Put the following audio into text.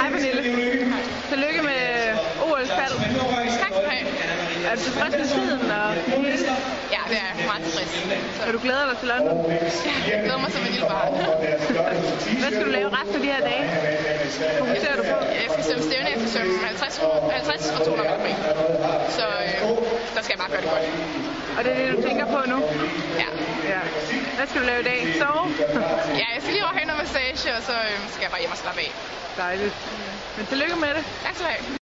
Hej Pernille. Tillykke med OL's fald. Tak skal du have. Er du tilfreds med tiden? Og Ja, det er jeg meget tilfreds. Så og du glæder dig til London? jeg glæder mig som et lille barn. Hvad skal du lave resten af de her dage? Fokuserer du på? Jeg skal svømme stævne, jeg skal svømme 50, 50 og 200 meter point. Så øh, der skal jeg bare gøre det godt. Og det er det, du tænker på nu? Ja. Ja. Hvad skal du lave i dag? Sove? ja, jeg skal lige over og have noget massage, og så øh, skal jeg bare hjem og slappe af. Dejligt. Men tillykke med det. Tak skal du have.